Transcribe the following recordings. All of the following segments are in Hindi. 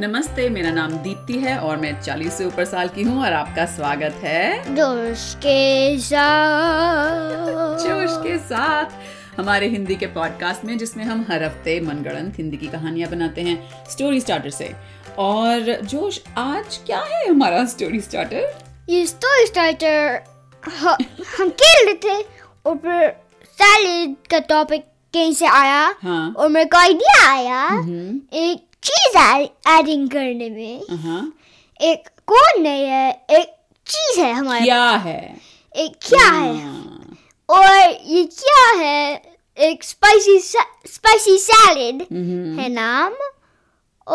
नमस्ते मेरा नाम दीप्ति है और मैं 40 से ऊपर साल की हूँ और आपका स्वागत है जोश के साथ जोश के साथ हमारे हिंदी के पॉडकास्ट में जिसमें हम हर हफ्ते मनगढ़ंत हिंदी की कहानियां बनाते हैं स्टोरी स्टार्टर से और जोश आज क्या है हमारा स्टोरी स्टार्टर ये स्टोरी स्टार्टर हम खेल रहे थे और फिर सैलेड का टॉपिक कहीं से आया हाँ और मेरे को आइडिया आया हम्म, एक चीज एडिंग करने में हाँ एक कोन नहीं है एक चीज है हमारे क्या है एक क्या है हाँ, और ये क्या है एक स्पाइसी स्पाइसी सैलेड हम्म। है नाम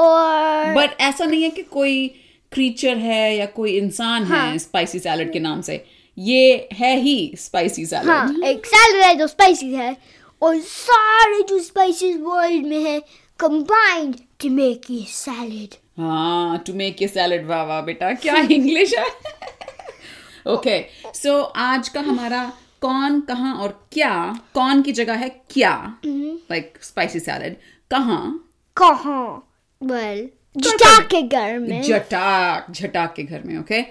और बट ऐसा नहीं है कि कोई क्रीचर है या कोई इंसान है हाँ। स्पाइसी सैलड के नाम से ये है ही स्पाइसी सैलड हाँ एक सैलड है जो स्पाइसी है और सारे जो स्पाइसेस वर्ल्ड में है कंबाइंड टू मेक ये सैलड हाँ टू मेक ए सैलड वाह वाह बेटा क्या इंग्लिश है ओके सो आज का हमारा कौन कहाँ और क्या कौन की जगह है क्या Mm-hmm. लाइक स्पाइसी सैलड कहाँ कहाँ वेल तड़का जटा के घर में झटाक झटाक के घर में ओके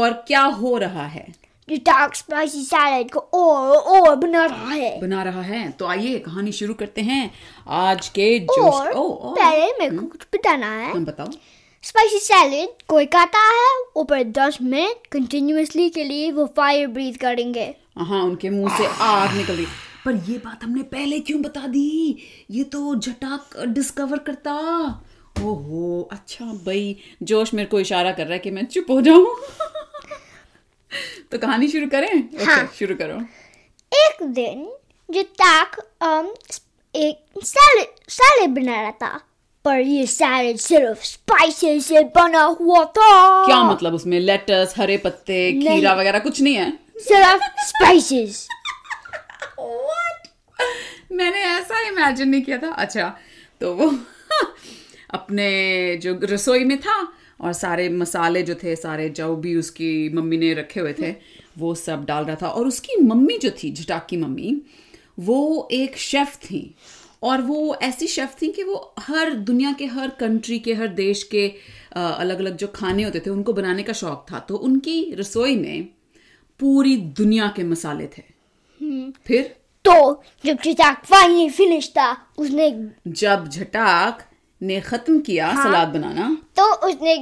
और क्या हो रहा है जटा स्पाइसी सैलड को और और बना रहा है बना रहा है तो आइए कहानी शुरू करते हैं आज के और जोश ओ, ओ, पहले मेरे को कुछ बताना है तुम बताओ स्पाइसी सैलड कोई खाता है ऊपर दस मिनट कंटिन्यूसली के लिए वो फायर ब्रीथ करेंगे हाँ उनके मुंह से आग निकल रही पर ये बात हमने पहले क्यों बता दी ये तो झटाक डिस्कवर करता ओहो अच्छा भाई जोश मेरे को इशारा कर रहा है कि मैं चुप हो जाऊं तो कहानी शुरू करें ओके हाँ। शुरू करो एक दिन जटाक अम, एक सैलड सैलड बना रहा था पर ये सैलड सिर्फ स्पाइसेस से बना हुआ था क्या मतलब उसमें लेटस हरे पत्ते तो नहीं। खीरा वगैरह कुछ नहीं है सिर्फ स्पाइसेस What? मैंने ऐसा इमेजिन नहीं किया था अच्छा तो वो अपने जो रसोई में था और सारे मसाले जो थे सारे जो भी उसकी मम्मी ने रखे हुए थे वो सब डाल रहा था और उसकी मम्मी जो थी झटाक की मम्मी वो एक शेफ थी और वो ऐसी शेफ थी कि वो हर दुनिया के हर कंट्री के हर देश के अलग अलग जो खाने होते थे उनको बनाने का शौक था तो उनकी रसोई में पूरी दुनिया के मसाले थे फिर तो जब जटाक फाइनली फिनिश था उसने जब झटाक ने खत्म किया हाँ। सलाद बनाना तो उसने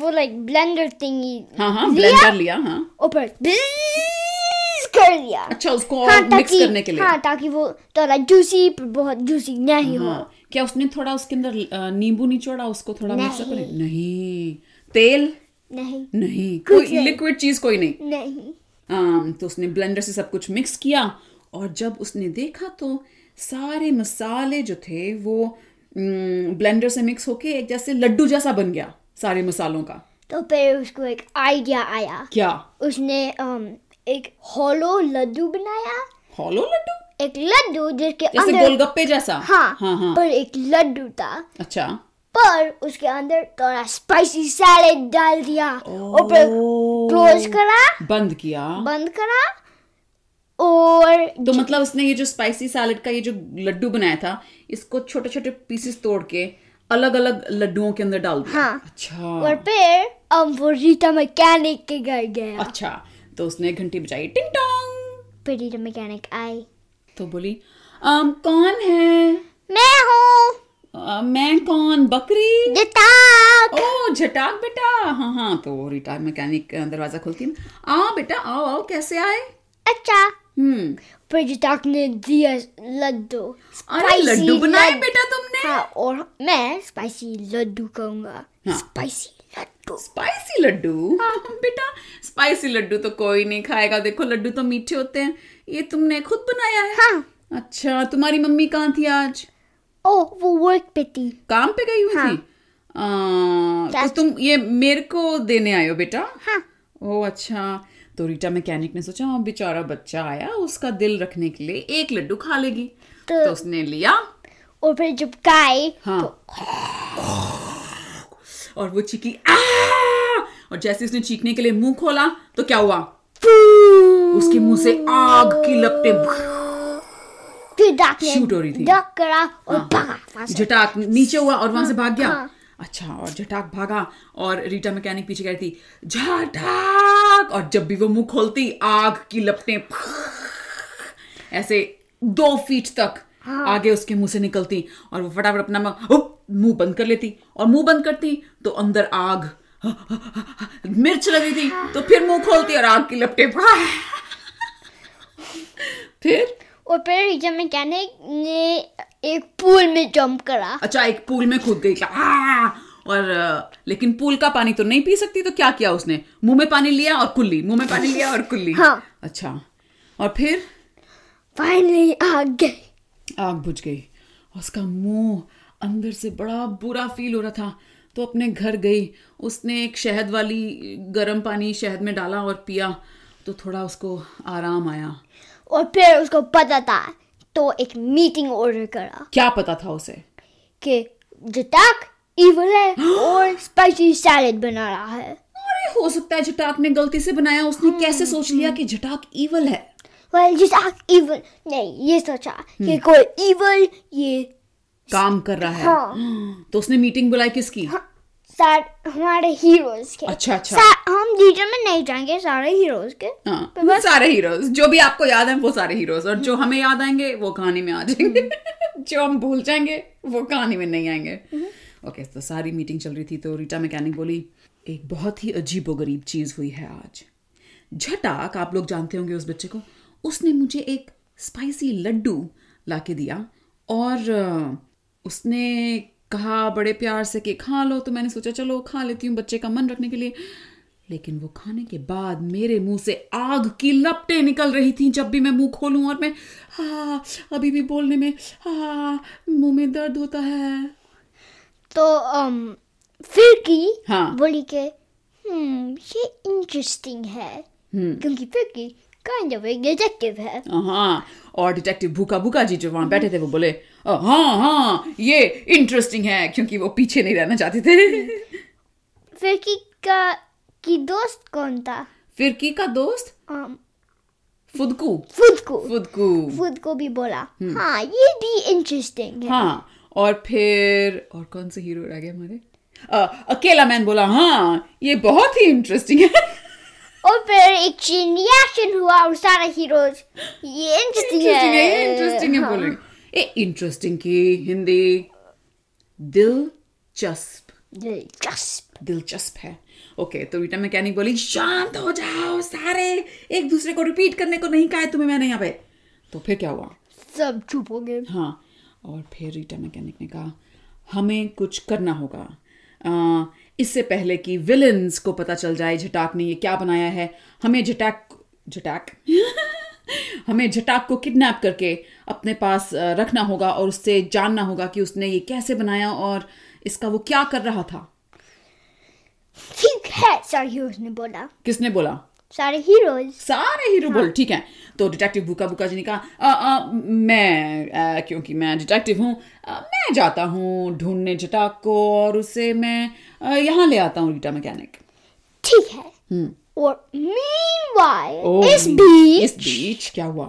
वो लाइक ब्लेंडर थिंगी हाँ हाँ ब्लेंडर लिया हाँ ऊपर bzzz कर दिया अच्छा उसको और मिक्स करने के लिए हाँ ताकि वो थोड़ा जूसी बहुत जूसी नहीं हो हाँ, क्या उसने थोड़ा उसके अंदर अ, नींबू निचोड़ा उसको थोड़ा मिक्स नहीं। करने नहीं तेल नहीं नहीं कुछ कोई नहीं। लिक्विड चीज कोई नहीं नहीं आम, तो उसने ब्लेंडर से सब कुछ मिक्स किया और जब उसने देखा तो सारे मसाले जो थे वो अम, ब्लेंडर से मिक्स होके एक जैसे लड्डू जैसा बन गया सारे मसालों का तो फिर उसको एक आइडिया आया क्या उसने अम, एक हॉलो लड्डू बनाया हॉलो लड्डू एक लड्डू जिसके जैसे अंदर गोलगप्पे जैसा हाँ, हाँ हाँ पर एक लड्डू था अच्छा पर उसके अंदर थोड़ा स्पाइसी सैलेड डाल दिया और फिर क्लोज करा बंद किया बंद करा और तो मतलब उसने ये जो स्पाइसी सैलड का ये जो लड्डू बनाया था इसको छोटे छोटे पीसेस तोड़ के अलग अलग लड्डुओं के अंदर डाल दिया हाँ। और अच्छा फिर हम वो रीटा मैकेनिक के घर गया अच्छा तो उसने घंटी बजाई टिंग टोंग फिर रीटा मैकेनिक आई तो बोली "अम, कौन है मैं हूँ अ, मैं कौन बकरी जटाक ओ झटाक बेटा हाँ हाँ तो वो रिटायर मैकेनिक दरवाजा खोलती है आओ बेटा आओ आओ कैसे आए अच्छा हम्म पर जटाक ने दिया लड्डू अरे Spicy लड्डू बनाए लड- बेटा तुमने हाँ और मैं स्पाइसी लड्डू कहूंगा हाँ। स्पाइसी लड्डू स्पाइसी लड्डू हाँ, बेटा स्पाइसी लड्डू तो कोई नहीं खाएगा देखो लड्डू तो मीठे होते हैं ये तुमने खुद बनाया है हाँ अच्छा तुम्हारी मम्मी कहाँ थी आज ओ वो वर्क पे थी काम पे गई हुई हाँ। थी आ, तो चाची- तुम ये मेरे को देने आए हो बेटा हाँ ओ अच्छा तो रीटा मैकेनिक ने सोचा हाँ बेचारा बच्चा आया उसका दिल रखने के लिए एक लड्डू खा लेगी तो- तो उसने लिया और फिर जब खाए हाँ और वो चीखी "आ!" और जैसे उसने चीखने के लिए मुंह खोला तो क्या हुआ उसके मुंह से आग की लपटें फिर डाक ने Shoot हो रही थी। डक करा और भागा वहाँ से। झटाक नीचे हुआ और वहां से भाग गया अच्छा। हाँ। अच्छा और झटाक भागा और रीटा मैकेनिक पीछे कह रही थी झटाक और जब भी वो मुंह खोलती आग की लपटें ऐसे दो फीट तक हाँ। आगे उसके मुंह से निकलती और वो फटाफट अपना मुंह- हुप! मुंह बंद कर लेती और मुंह बंद करती तो अंदर आग मिर्च लगी थी तो फिर मुंह खोलती और आग की लपटें हाँ। फिर और फिर रीटा मैकेनिक ने एक पूल में जंप करा अच्छा एक पूल में कूद गई आ! और अ, लेकिन पूल का पानी तो नहीं पी सकती तो क्या किया उसने मुंह में पानी लिया और कुल्ली मुंह में पानी लिया और कुल्ली हाँ। अच्छा और फिर फाइनली आग गई आग बुझ गई और उसका मुंह अंदर से बड़ा बुरा फील हो रहा था तो अपने घर गई उसने एक शहद वाली गर्म पानी शहद में डाला और पिया तो थोड़ा उसको आराम आया और फिर उसको पता था तो एक मीटिंग ऑर्डर करा क्या पता था उसे कि जटाक इवल है और स्पाइसी सैलेड बना रहा है अरे हो सकता है जटाक ने गलती से बनाया उसने कैसे सोच लिया कि जटाक ईवल है वेल जटाक इवल नहीं ये सोचा हम्म। कि कोई इवल ये काम कर रहा है हाँ। तो उसने मीटिंग बुलाई किसकी सार हमारे हीरोज के अच्छा, अच्छा। सा- हम डिटेल में नहीं जाएंगे सारे हीरोज के हाँ, सारे हीरोज जो भी आपको याद है वो सारे हीरोज और जो हमें याद आएंगे वो कहानी में आ जाएंगे जो हम भूल जाएंगे वो कहानी में नहीं आएंगे ओके तो सारी मीटिंग चल रही थी तो रीटा मैकेनिक बोली एक बहुत ही अजीबोगरीब चीज हुई है आज झटाक आप लोग जानते होंगे उस बच्चे को उसने मुझे एक स्पाइसी लड्डू लाके दिया और अ, उसने कहा बड़े प्यार से कि खा लो तो मैंने सोचा चलो खा लेती हूँ बच्चे का मन रखने के लिए लेकिन वो खाने के बाद मेरे मुंह से आग की लपटें निकल रही थीं जब भी मैं मुंह खोलूं और मैं हा अभी भी बोलने में हा मुंह में दर्द होता है तो um, फिर की हाँ। बोली के हम्म ये इंटरेस्टिंग है हम्म। क्योंकि फिर की काइंड ऑफ एक डिटेक्टिव है हाँ और डिटेक्टिव भूखा भूखा जी जो वहां बैठे थे वो बोले "अ, हाँ हाँ ये इंटरेस्टिंग है क्योंकि वो पीछे नहीं रहना चाहते थे फिर की का की दोस्त कौन था फिरकी का दोस्त um, फुदकू खुद को फुदकू खुद को भी बोला हाँ ये भी इंटरेस्टिंग है हाँ और फिर और कौन से हीरो रह गए हमारे अ, अकेला मैन बोला हाँ ये बहुत ही इंटरेस्टिंग है और फिर एक चीन रिएक्शन हुआ और सारे हीरोज ये इंटरेस्टिंग है इंटरेस्टिंग है ये इंटरेस्टिंग है हाँ। बोलेंगे ए इंटरेस्टिंग की हिंदी दिलचस्प दिलचस्प दिलचस्प है ओके तो रीटा मैकेनिक बोली शांत हो जाओ सारे एक दूसरे को रिपीट करने को नहीं कहा है तुम्हें मैंने यहाँ पे तो फिर क्या हुआ सब चुप हो गए हाँ और फिर रीटा मैकेनिक ने कहा हमें कुछ करना होगा अ, इससे पहले कि विलन्स को पता चल जाए झटाक ने ये क्या बनाया है हमें झटाक झटाक हमें झटाक को किडनैप करके अपने पास अ, रखना होगा और उससे जानना होगा कि उसने ये कैसे बनाया और इसका वो क्या कर रहा था ठीक है सारे हीरोज ने बोला किसने बोला सारे हीरोज सारे हीरो बोल ठीक है तो डिटेक्टिव भूखा भूखा जी ने कहा "अ, अ, मैं अ, क्योंकि मैं डिटेक्टिव हूँ अ, मैं जाता हूँ ढूंढने जटाक को और उसे मैं अ, यहाँ ले आता हूँ रीटा मैकेनिक ठीक है और meanwhile ओह, इस बीच इस बीच क्या हुआ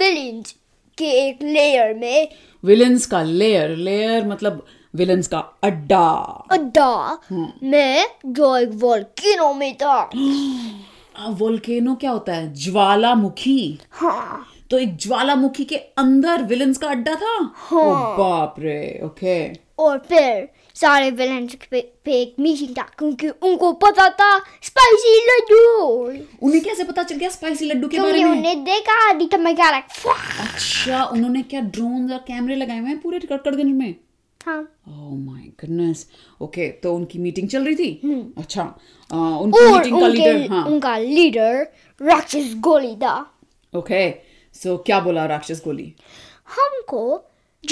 विलेंस के एक लेयर में विलन्स का लेयर लेयर मतलब विलन्स का अड्डा अड्डा में जो एक वॉल्किनो में था वोल्केनो क्या होता है ज्वालामुखी हाँ तो एक ज्वालामुखी के अंदर विलन्स का अड्डा था हाँ। ओ बाप रे ओके और फिर सारे विलेंस पे, पे एक मीटिंग था क्योंकि उनको पता था स्पाइसी लड्डू उन्हें कैसे पता चल गया स्पाइसी लड्डू के क्योंकि बारे में उन्हें देखा अधिकतम मैकेनिक अच्छा उन्होंने क्या ड्रोन और कैमरे लगाए हुए हैं पूरे टिकटगंज में Oh हाँ ओह माय गुडनेस ओके तो उनकी मीटिंग चल रही थी अच्छा अ, उनकी और मीटिंग का उनके लीडर हाँ उनका लीडर राक्षस गोली था ओके सो क्या बोला राक्षस गोली हमको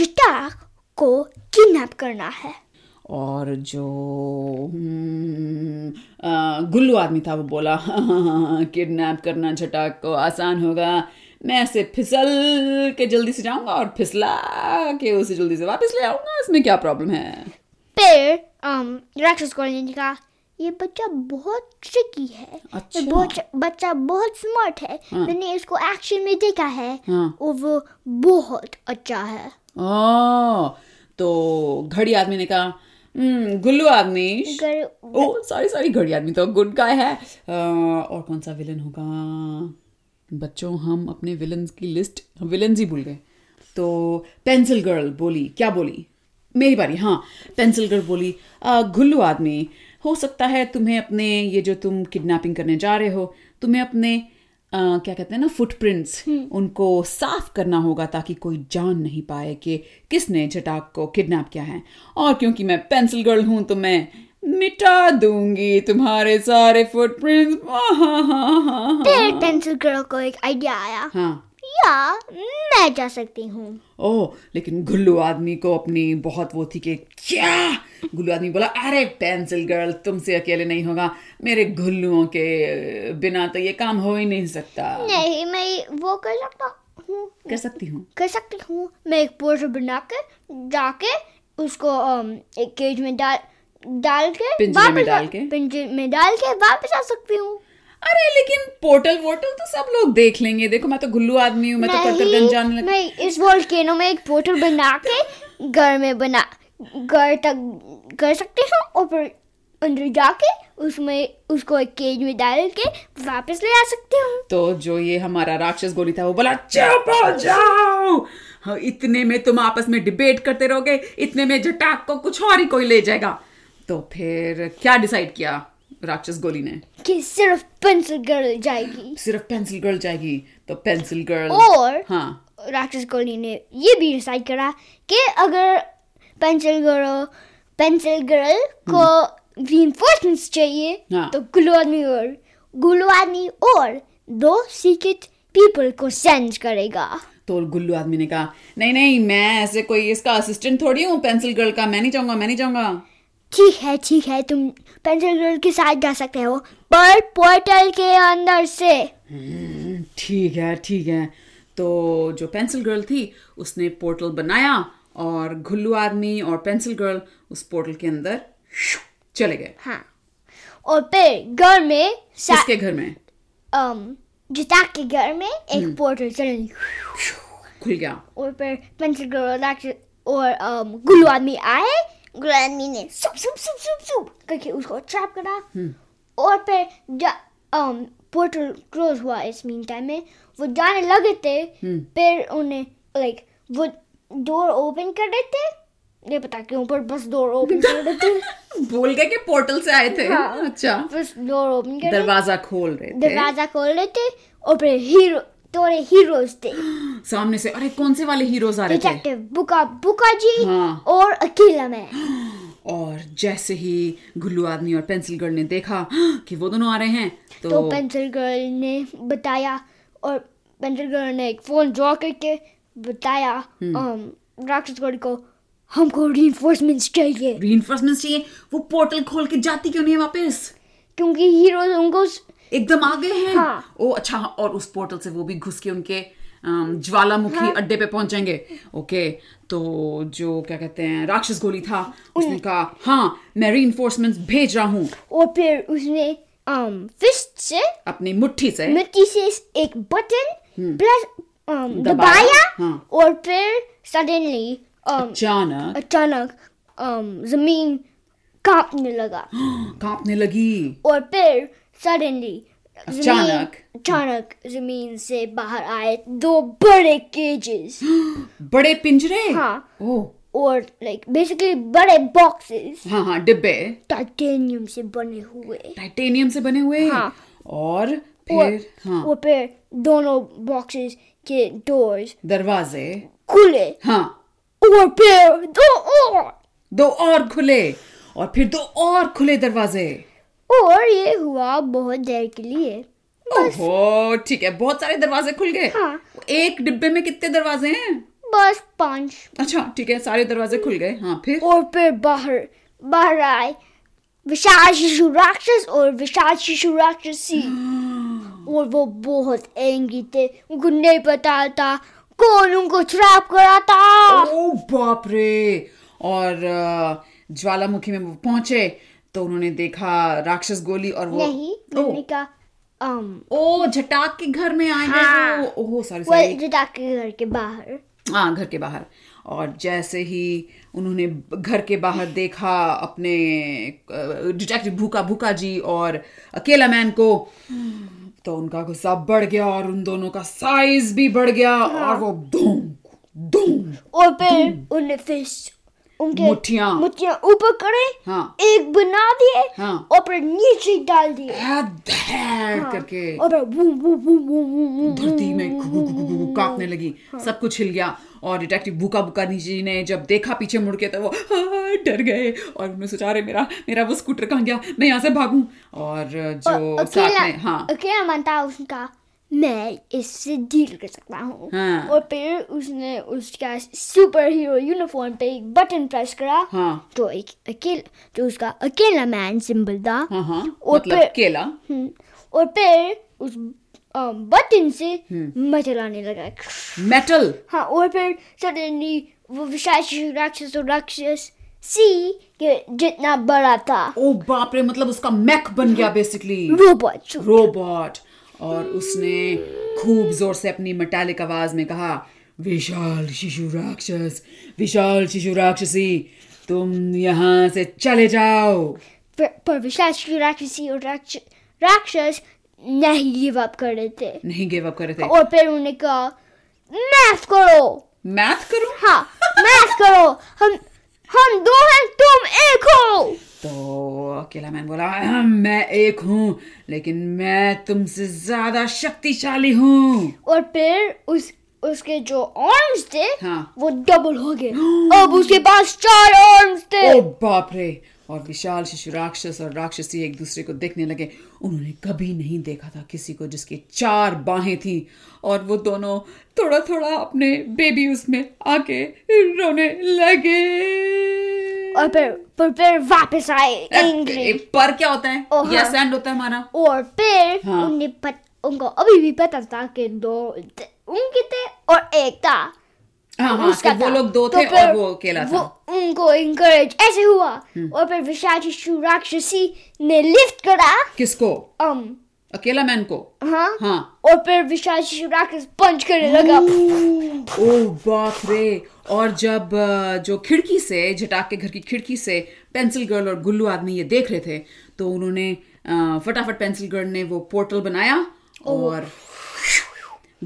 जटाक को किडनैप करना है और जो हम्म, अ, गुल्लू आदमी था वो बोला किडनैप करना झटाक को आसान होगा मैं ऐसे फिसल के जल्दी से जाऊंगा और फिसला के उसे जल्दी से वापस ले आऊंगा इसमें क्या प्रॉब्लम है फिर um, अम, राक्षस गोली ने कहा ये बच्चा बहुत ट्रिकी है अच्छा। ये बहुत बच्चा बहुत स्मार्ट है मैंने इसको एक्शन में देखा है हाँ। और वो बहुत अच्छा है ओ, तो हाँ, घड़ी आदमी ने कहा हम्म, गुल्लू आदमी गर- ओ सॉरी सॉरी घड़ी आदमी तो गुड गाय है अ, और कौन सा विलन होगा बच्चों हम अपने विलन्स की लिस्ट हम विलन्स ही भूल गए तो पेंसिल गर्ल बोली क्या बोली मेरी बारी हाँ पेंसिल गर्ल बोली "अ, घुल्लू आदमी हो सकता है तुम्हें अपने ये जो तुम किडनैपिंग करने जा रहे हो तुम्हें अपने अ, क्या कहते हैं ना फुटप्रिंट्स उनको साफ करना होगा ताकि कोई जान नहीं पाए कि किसने जटाक को किडनैप किया है और क्योंकि मैं पेंसिल गर्ल हूं तो मैं मिटा दूंगी तुम्हारे सारे फुटप्रिंट्स हाँ हाँ हाँ हाँ फिर पेंसिल गर्ल को एक आइडिया आया हाँ या मैं जा सकती हूँ ओह लेकिन गुल्लू आदमी को अपनी बहुत वो थी कि क्या गुल्लू आदमी बोला अरे पेंसिल गर्ल तुमसे अकेले नहीं होगा मेरे गुल्लुओं के बिना तो ये काम हो ही नहीं सकता नहीं मैं वो कर सकता हूँ कर सकती हूँ कर सकती हूँ मैं एक पोर्टर बना के जाके उसको अम, एक केज में डाल डाल के पिंजरे में वापस आ- डाल के? पिंजरे में डाल के वापस आ सकती हूँ अरे लेकिन पोर्टल वोटल तो सब लोग देख लेंगे देखो मैं तो गुल्लू आदमी हूँ मैं तो कतरगंज जाने लग मैं इस वोल्केनो में एक पोर्टल बना के घर में बना घर तक कर सकती हूँ और फिर अंदर जाके उसमें उसको एक केज में डाल के वापस ले आ सकती हूँ तो जो ये हमारा राक्षस गोली था वो बोला चुप हो जाओ हाँ, इतने में तुम आपस में डिबेट करते रहोगे इतने में जटाक को कुछ और ही कोई ले जाएगा तो फिर क्या डिसाइड किया राक्षस गोली ने कि सिर्फ पेंसिल गर्ल जाएगी सिर्फ पेंसिल गर्ल जाएगी तो पेंसिल गर्ल और हाँ राक्षस कोहली ने ये भी डिसाइड करा कि अगर पेंसिल गर्ल पेंसिल गर्ल को reinforcements चाहिए हाँ। तो गुल्लू आदमी और गुल्लू आदमी और दो सीक्रेट पीपल को सेंड करेगा तो गुल्लू आदमी ने कहा नहीं नहीं मैं ऐसे कोई इसका असिस्टेंट थोड़ी हूँ पेंसिल गर्ल का मैं नहीं जाऊंगा मैं नहीं जाऊंगा ठीक है ठीक है तुम पेंसिल गर्ल के साथ जा सकते हो पर पोर्टल के अंदर से हम्म, ठीक है ठीक है तो जो पेंसिल गर्ल थी उसने पोर्टल बनाया और गुल्लू आदमी और पेंसिल गर्ल उस पोर्टल के अंदर शू, चले गए हाँ और फिर घर में सा, किसके घर में अम, जिता के घर में एक पोर्टल चल खुल गया और फिर पेंसिल गर्ल राक्षस और um, गुल्लू आदमी आए गुल्लू आदमी ने सुप सुप सुप सुप सुप करके उसको ट्रैप करा और फिर जा um, पोर्टल क्लोज हुआ इस मीन टाइम में वो जाने लगे थे फिर उन्हें लाइक वो डोर ओपन कर रहे थे नहीं पता क्यों पर बस डोर ओपन कर रहे थे बोल गए कि पोर्टल से आए थे हाँ। अच्छा बस डोर ओपन कर रहे दरवाजा खोल रहे थे दरवाजा खोल रहे थे और फिर हीरो थोड़े हीरोज थे सामने से अरे कौन से वाले हीरोज आ रहे थे डिटेक्टिव बुका बुका जी हाँ। और अकेला मैं और जैसे ही गुल्लू आदमी और पेंसिल गर्ल ने देखा कि वो दोनों आ रहे हैं तो, तो पेंसिल गर्ल ने बताया और पेंसिल गर्ल ने एक फोन ड्रॉ करके बताया हम्म। um, राक्षस गर्ल को हमको reinforcements चाहिए reinforcements चाहिए वो पोर्टल खोल के जाती क्यों नहीं है वापस क्योंकि हीरोज उनको स- एकदम आ गए हैं हाँ। ओ अच्छा हाँ, और उस पोर्टल से वो भी घुस के उनके अम, ज्वालामुखी हाँ। अड्डे पे पहुंचेंगे ओके तो जो क्या कहते हैं राक्षस गोली था उसने कहा हाँ मैं reinforcements भेज रहा हूँ और फिर उसने फिस्ट से अपनी मुट्ठी से मिट्टी से एक बटन प्लस um, हम्म। दबाया, दबाया हाँ। और फिर सडनली um, अचानक अचानक um, जमीन कांपने लगा कांपने लगी और फिर सडनली अचानक। अचानक जमीन से बाहर आए दो बड़े केजेस बड़े पिंजरे हाँ। ओ और लाइक बेसिकली बड़े बॉक्सेस हाँ हाँ डिब्बे टाइटेनियम से बने हुए टाइटेनियम से बने हुए हाँ। और और फिर हाँ और फिर दोनों बॉक्सेस के डोर्स दरवाजे खुले हाँ और फिर दो और दो और खुले और फिर दो और खुले दरवाजे और ये हुआ बहुत देर के लिए ओहो ठीक है बहुत सारे दरवाजे खुल गए हाँ। एक डिब्बे में कितने दरवाजे हैं बस पांच अच्छा ठीक है सारे दरवाजे खुल गए हाँ फिर और फिर बाहर बाहर आए विशाल शिशु राक्षस और विशाल शिशु राक्षसी Hmm. और वो बहुत एंगी थे उनको नहीं पता था कौन उनको ट्रैप करा था ओ बाप रे और अ, ज्वालामुखी में वो पहुंचे तो उन्होंने देखा राक्षस गोली और वो नहीं मैंने ओ, कहा um, ओ झटाक के घर में आए गए हाँ। वो। ओहो सॉरी well, सॉरी जटाक के घर के बाहर हाँ घर के बाहर और जैसे ही उन्होंने घर के बाहर देखा अपने डिटेक्टिव भूखा भूखा जी और अकेला मैन को तो उनका गुस्सा बढ़ गया और उन दोनों का साइज भी बढ़ गया और वो धूम धूम और Hmm. फिर उन्हें फिश उनके मुठ्ठियाँ। मुठ्ठियाँ ऊपर करे हाँ। एक बना दिए हाँ। और फिर नीचे डाल दिए हाँ। करके और फिर boom boom boom boom boom boom धरती में घुघु घुघु घुघु कांपने लगी सब कुछ हिल गया और डिटेक्टिव भूखा भूखा जी ने जब देखा पीछे मुड़ के तो वो "हाँ," डर गए और उन्होंने सोचा अरे मेरा मेरा वो स्कूटर कहाँ गया मैं यहाँ से भागूं और जो साथ में हाँ अकेला मन था उसका मैं इससे डील कर सकता हूँ हाँ। और फिर उसने उसका सुपर हीरो यूनिफॉर्म पे एक बटन प्रेस करा हाँ। जो एक अकेला जो उसका अकेला मैन सिंबल था हाँ हाँ और मतलब फिर- केला हम्म, और फिर उस बटन से मैं चलाने लगा मेटल हाँ और फिर सडनली वो विशाल राक्षस और राक्षस सी के जितना बड़ा था ओ बाप रे मतलब उसका मैक बन गया बेसिकली रोबोट रोबोट और उसने खूब जोर से अपनी मेटालिक आवाज में कहा विशाल शिशु राक्षस विशाल शिशु राक्षसी तुम यहाँ से चले जाओ पर, पर विशाल राक्षसी और राक्ष, राक्षस नहीं गिव अप कर रहे थे नहीं गिव अप कर रहे थे और फिर उन्होंने कहा मैथ करो मैथ करूं हाँ मैथ करो हम हम दो हैं तुम एक हो तो अकेला मैन बोला "अहम, मैं एक हूँ लेकिन मैं तुमसे ज्यादा शक्तिशाली हूँ और फिर उस उसके जो आर्म्स थे हाँ। वो डबल हो गए अब उसके पास चार आर्म्स थे ओ बाप रे और विशाल शिशु राक्षस और राक्षसी एक दूसरे को देखने लगे उन्होंने कभी नहीं देखा था किसी को जिसके चार बाहें थीं और वो दोनों थोड़ा थोड़ा अपने बेबी उसमें आके रोने लगे और फिर पर फिर वापस आए एंग्री पर क्या होता है ओ, हाँ। यस एंड होता है हमारा और फिर हाँ। उन्हें पत, उनको अभी भी पता था कि दो थे- उनके थे और एक था हाँ हाँ कि उसका वो था। लोग दो तो थे फिर और वो अकेला वो था हम्म। उनको encourage ऐसे हुआ और फिर विशाखी शिशु राक्षसी ने लिफ्ट करा किसको um अकेला मैन को हाँ हाँ हम्म। और फिर विशाल शिशु राक्षस पंच करने लगा ओ Oh, बाप रे और जब अ, जो खिड़की से झटाक के घर की खिड़की से पेंसिल गर्ल और गुल्लू आदमी ये देख रहे थे तो उन्होंने अ, फटाफट पेंसिल गर्ल ने वो पोर्टल बनाया Oh। और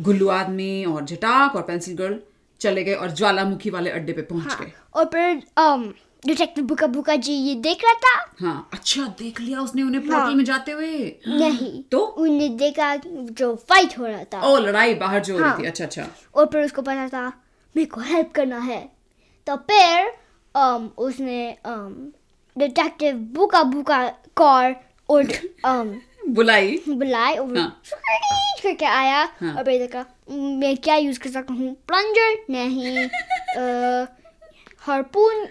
गुल्लू आदमी और झटाक और पेंसिल गर्ल चले गए और ज्वालामुखी वाले अड्डे पे पहुंच गए और फिर um डिटेक्टिव बुका बुका जी ये देख रहा था हाँ अच्छा देख लिया उसने उन्हें हाँ। पोर्टल में जाते हुए नहीं तो उन्हें देखा जो फाइट हो रहा था ओ लड़ाई बाहर जो हो रही हाँ। थी अच्छा अच्छा और फिर उसको पता था मेरे को हेल्प करना है तो फिर um, उसने um, डिटेक्टिव बुका बुका कॉर और um, बुलाई बुलाए और हाँ। "Sorry" करके आया हाँ। और मैंने देखा मैं क्या यूज कर सकता हूँ प्लंजर नहीं हार्पून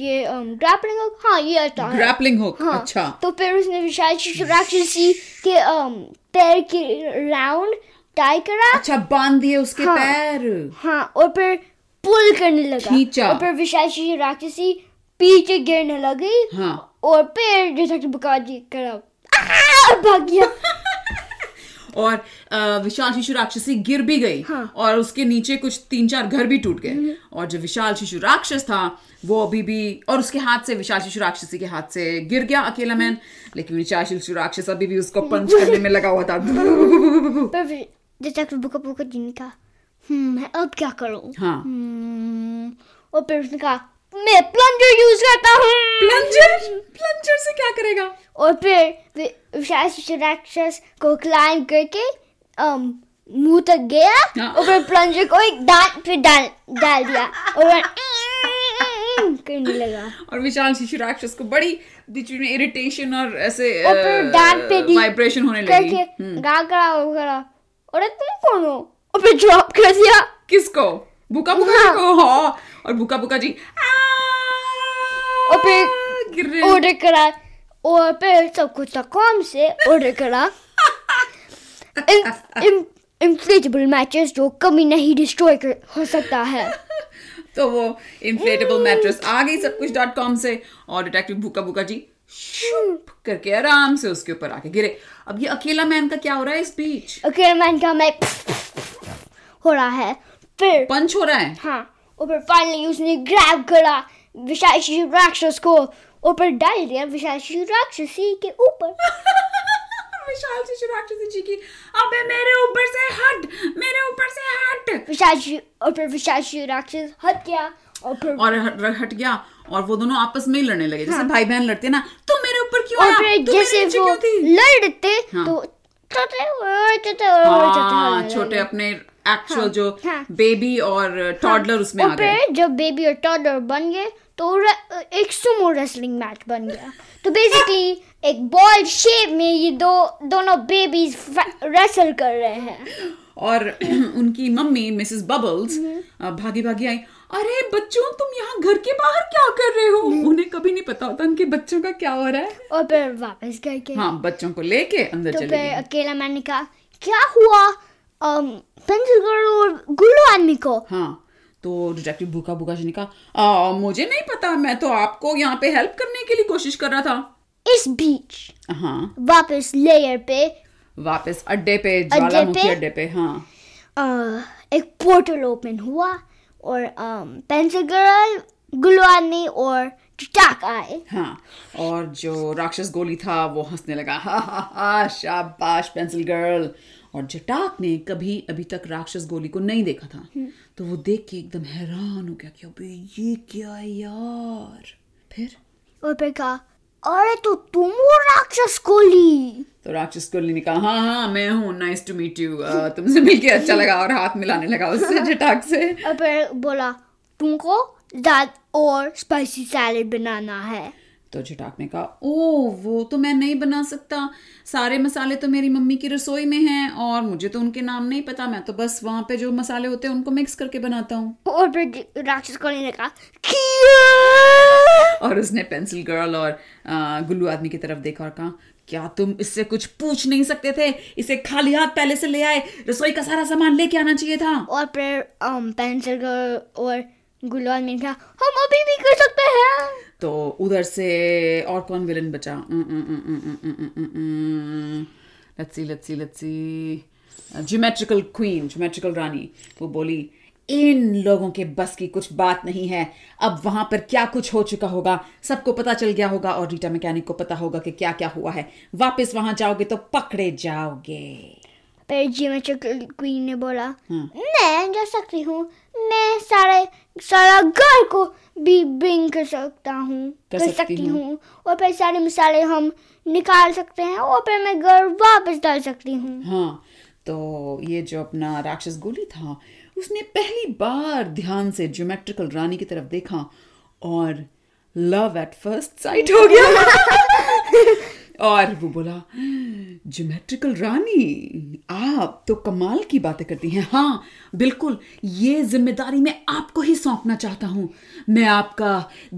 ये ग्रैपलिंग हाँ ये अच्छा है ग्रैपलिंग हुक हाँ अच्छा तो फिर उसने विशाल शिशु राक्षसी के um, पैर के राउंड टाई करा अच्छा बांध दिए उसके हाँ। पैर हाँ और फिर पुल करने लगा अच्छा। खींचा। और फिर विशाल शिशु राक्षसी पीछे गिरने लगी हाँ। और फिर डिटेक्टिव बुकाजी करा "आह!" भाग गया और अ, विशाल शिशु राक्षसी गिर भी गई हाँ। हम्म। और उसके नीचे कुछ तीन चार घर भी टूट गए और जो विशाल शिशु राक्षस था वो अभी भी और उसके हाथ से विशाल शिशु राक्षसी के हाथ से गिर गया अकेला मैन लेकिन विशाल शिशु राक्षस अभी भी उसको पंच करने में लगा हुआ था पर फिर डिटेक्टिव बुका बुका जी ने कहा "हम्म, मैं अब क्या करूं हाँ हम्म, और फिर उसने कहा मैं प्लंजर यूज करता हूँ प्लंजर प्लंजर से क्या करेगा और फिर वि- विशाल शिशु राक्षस को क्लाइम करके अम, मुंह तक गया हाँ। और फिर प्लंजर को एक दांत पे डाल डाल दिया और वह करने लगा और विशाल शिशु राक्षस को बड़ी बीच में इरिटेशन और ऐसे और फिर डांट पे दी- वाइब्रेशन होने लगी करके गा करा वो करा अरे तुम कौन हो और फिर ड्रॉप कर दिया किसको बुका बुका जी हाँ। को हाँ। और बुका बुका जी "आ!" और फिर गिर रहे हैं। ऑर्डर करा और फिर सब कुछ कॉम से ऑर्डर करा इन्फ्लेटेबल मैचेस जो कभी नहीं डिस्ट्रॉय कर हो सकता है तो वो इन्फ्लेटेबल मैट्रेस आ गई सब कुछ डॉट कॉम से और डिटेक्टिव भूका भूका जी शूप करके आराम से उसके ऊपर आके गिरे अब ये अकेला मैन का क्या हो रहा है इस बीच अकेला मैन का मैं हो रहा है फिर पंच हो रहा है हाँ और फिर फाइनली उसने ग्रैब करा विशाशी राक्षस को और फिर डाल दिया विशाशी राक्षसी के ऊपर विशाल जी राक्षसी जी की अबे मेरे ऊपर से हट मेरे ऊपर से हट विशाशी और फिर विशाशी राक्षस हट गया और फिर और हट- हट गया और वो दोनों आपस में ही लड़ने लगे जैसे भाई बहन लड़ते हैं ना तू मेरे ऊपर क्यों और आया फिर तू मेरे जैसे नीचे वो क्यों थी?" लड़ते हाँ। तो छोटे और छोटे और हाँ छोटे छोटे अपने एक्चुअल हाँ, जो हाँ। बेबी और टॉडलर उसमें आ और गए फिर जब बेबी और टॉडलर बन गए तो र- एक सुमो रेसलिंग मैच बन गया तो बेसिकली एक बॉल शेप में ये दो दोनों बेबीज रेसल कर रहे हैं और उनकी मम्मी मिसेस बबल्स हम्म। भागी भागी आई अरे बच्चों तुम यहाँ घर के बाहर क्या कर रहे हो हम्म। उन्हें कभी नहीं पता होता उनके बच्चों का क्या हो रहा है और फिर वापस घर के हाँ बच्चों को लेके अंदर तो चले फिर गए अकेला मैंने कहा क्या हुआ पेंसिल गर्ल और गुल्लू आदमी को हाँ तो डिटेक्टिव भूखा भूखा जी ने कहा "आ, मुझे नहीं पता मैं तो आपको यहाँ पे हेल्प करने के लिए कोशिश कर रहा था इस बीच हाँ वापस लेयर पे वापस अड्डे पे ज्वालामुखी पे? अड्डे पे हाँ अ, एक पोर्टल ओपन हुआ और um, पेंसिल गर्ल गुल्लू आदमी और टाक आए हाँ और जो राक्षस गोली था वो हंसने लगा हा हा हा शाबाश पेंसिल गर्ल और जटाक ने कभी अभी तक राक्षस गोली को नहीं देखा था तो वो देख के एकदम हैरान हो गया कि अबे ये क्या है यार फिर और फिर कहा अरे तो तुम हो राक्षस कोली तो राक्षस गोली ने कहा हाँ हाँ मैं हूँ नाइस टू मीट यू तुमसे मिलके अच्छा लगा और हाथ मिलाने लगा उससे जटाक से और फिर बोला तुमको दाद और स्पाइसी सैलेड बनाना है तो जटाक ने कहा ओ वो तो मैं नहीं बना सकता सारे मसाले तो मेरी मम्मी की रसोई में हैं और मुझे तो उनके नाम नहीं पता मैं तो बस वहां पे जो मसाले होते हैं उनको मिक्स करके बनाता हूँ और फिर ज- राक्षस कोली ने कहा "किया!" और उसने पेंसिल गर्ल और अ, गुल्लू आदमी की तरफ देखा और कहा क्या तुम इससे कुछ पूछ नहीं सकते थे इसे खाली हाथ पहले से ले आए रसोई का सारा सामान लेके आना चाहिए था और फिर पेंसिल गर्ल और गुल्लू आदमी ने कहा हम अभी भी कर सकते हैं तो उधर से और कौन विलन बचा Mm, let's see let's see let's see geometrical queen geometrical रानी वो बोली इन लोगों के बस की कुछ बात नहीं है अब वहां पर क्या कुछ हो चुका होगा सबको पता चल गया होगा और रीटा मैकेनिक को पता होगा कि क्या क्या हुआ है वापस वहां जाओगे तो पकड़े जाओगे पर जियोमेट्रिकल क्वीन ने बोला मैं जा सकती हूँ मैं सारे सारा घर को भी ब्रिंग कर सकता हूँ कर कर सकती सकती हूँ। हूँ और फिर सारे मसाले हम निकाल सकते हैं और फिर मैं घर वापस डाल सकती हूँ हाँ तो ये जो अपना राक्षस गोली था उसने पहली बार ध्यान से ज्योमेट्रिकल रानी की तरफ देखा और लव एट फर्स्ट साइट हो गया और वो बोला ज्योमेट्रिकल रानी आप तो कमाल की बातें करती हैं हाँ बिल्कुल ये जिम्मेदारी मैं आपको ही सौंपना चाहता हूँ मैं आपका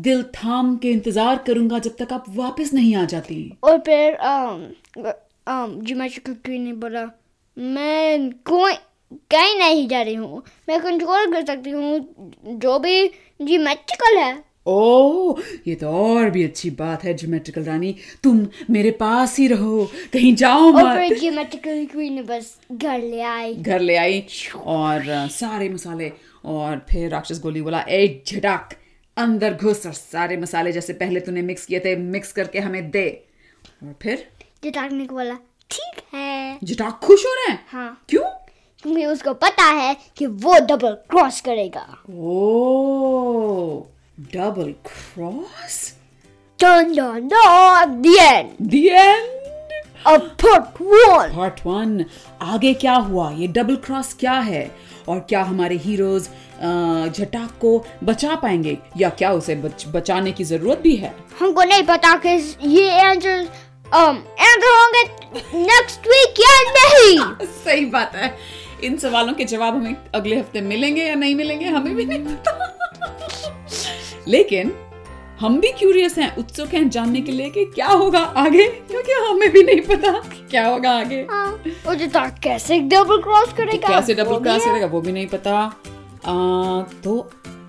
दिल थाम के इंतजार करूंगा जब तक आप वापस नहीं आ जाती और फिर um, जियोमेट्रिकल क्वीन ने बोला मैं कोई कहीं नहीं जा रही हूँ मैं कंट्रोल कर सकती हूँ जो भी जियोमेट्रिकल है ओ ये तो और भी अच्छी बात है ज्योमेट्रिकल रानी तुम मेरे पास ही रहो कहीं जाओ और फिर मत जियोमेट्रिकल क्वीन ने बस घर ले आई घर ले आई और अ, सारे मसाले और फिर राक्षस गोली बोला ए झटाक अंदर घुस और सारे मसाले जैसे पहले तूने मिक्स किए थे मिक्स करके हमें दे और फिर जटाक ने बोला ठीक है झटाक खुश हो रहे हैं हाँ क्यों क्योंकि उसको पता है कि वो डबल क्रॉस करेगा oh double cross done done done the end the end of part one part one आगे क्या हुआ ये डबल क्रॉस क्या है और क्या हमारे हीरोज झटाक को बचा पाएंगे या क्या उसे बच, बचाने की जरूरत भी है हमको नहीं पता कि ये आंसर um आंसर होंगे नेक्स्ट वीक या नहीं सही बात है इन सवालों के जवाब हमें अगले हफ्ते मिलेंगे या नहीं मिलेंगे हमें भी नहीं पता लेकिन हम भी क्यूरियस हैं उत्सुक हैं जानने के लिए कि क्या होगा आगे क्योंकि हमें भी नहीं पता क्या होगा आगे हाँ और जटाक कैसे डबल क्रॉस करेगा कैसे वो डबल भी क्रॉस है। करेगा वो भी नहीं पता आ, तो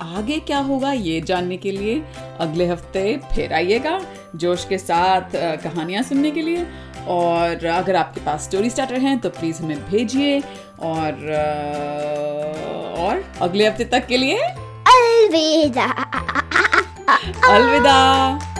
आगे क्या होगा ये जानने के लिए अगले हफ्ते फिर आइएगा जोश के साथ आ, कहानियां सुनने के लिए और अगर आपके पास स्टोरी स्टार्टर हैं तो प्लीज़ हमें भेजिए और अ, और अगले हफ्ते तक के लिए अलविदा अलविदा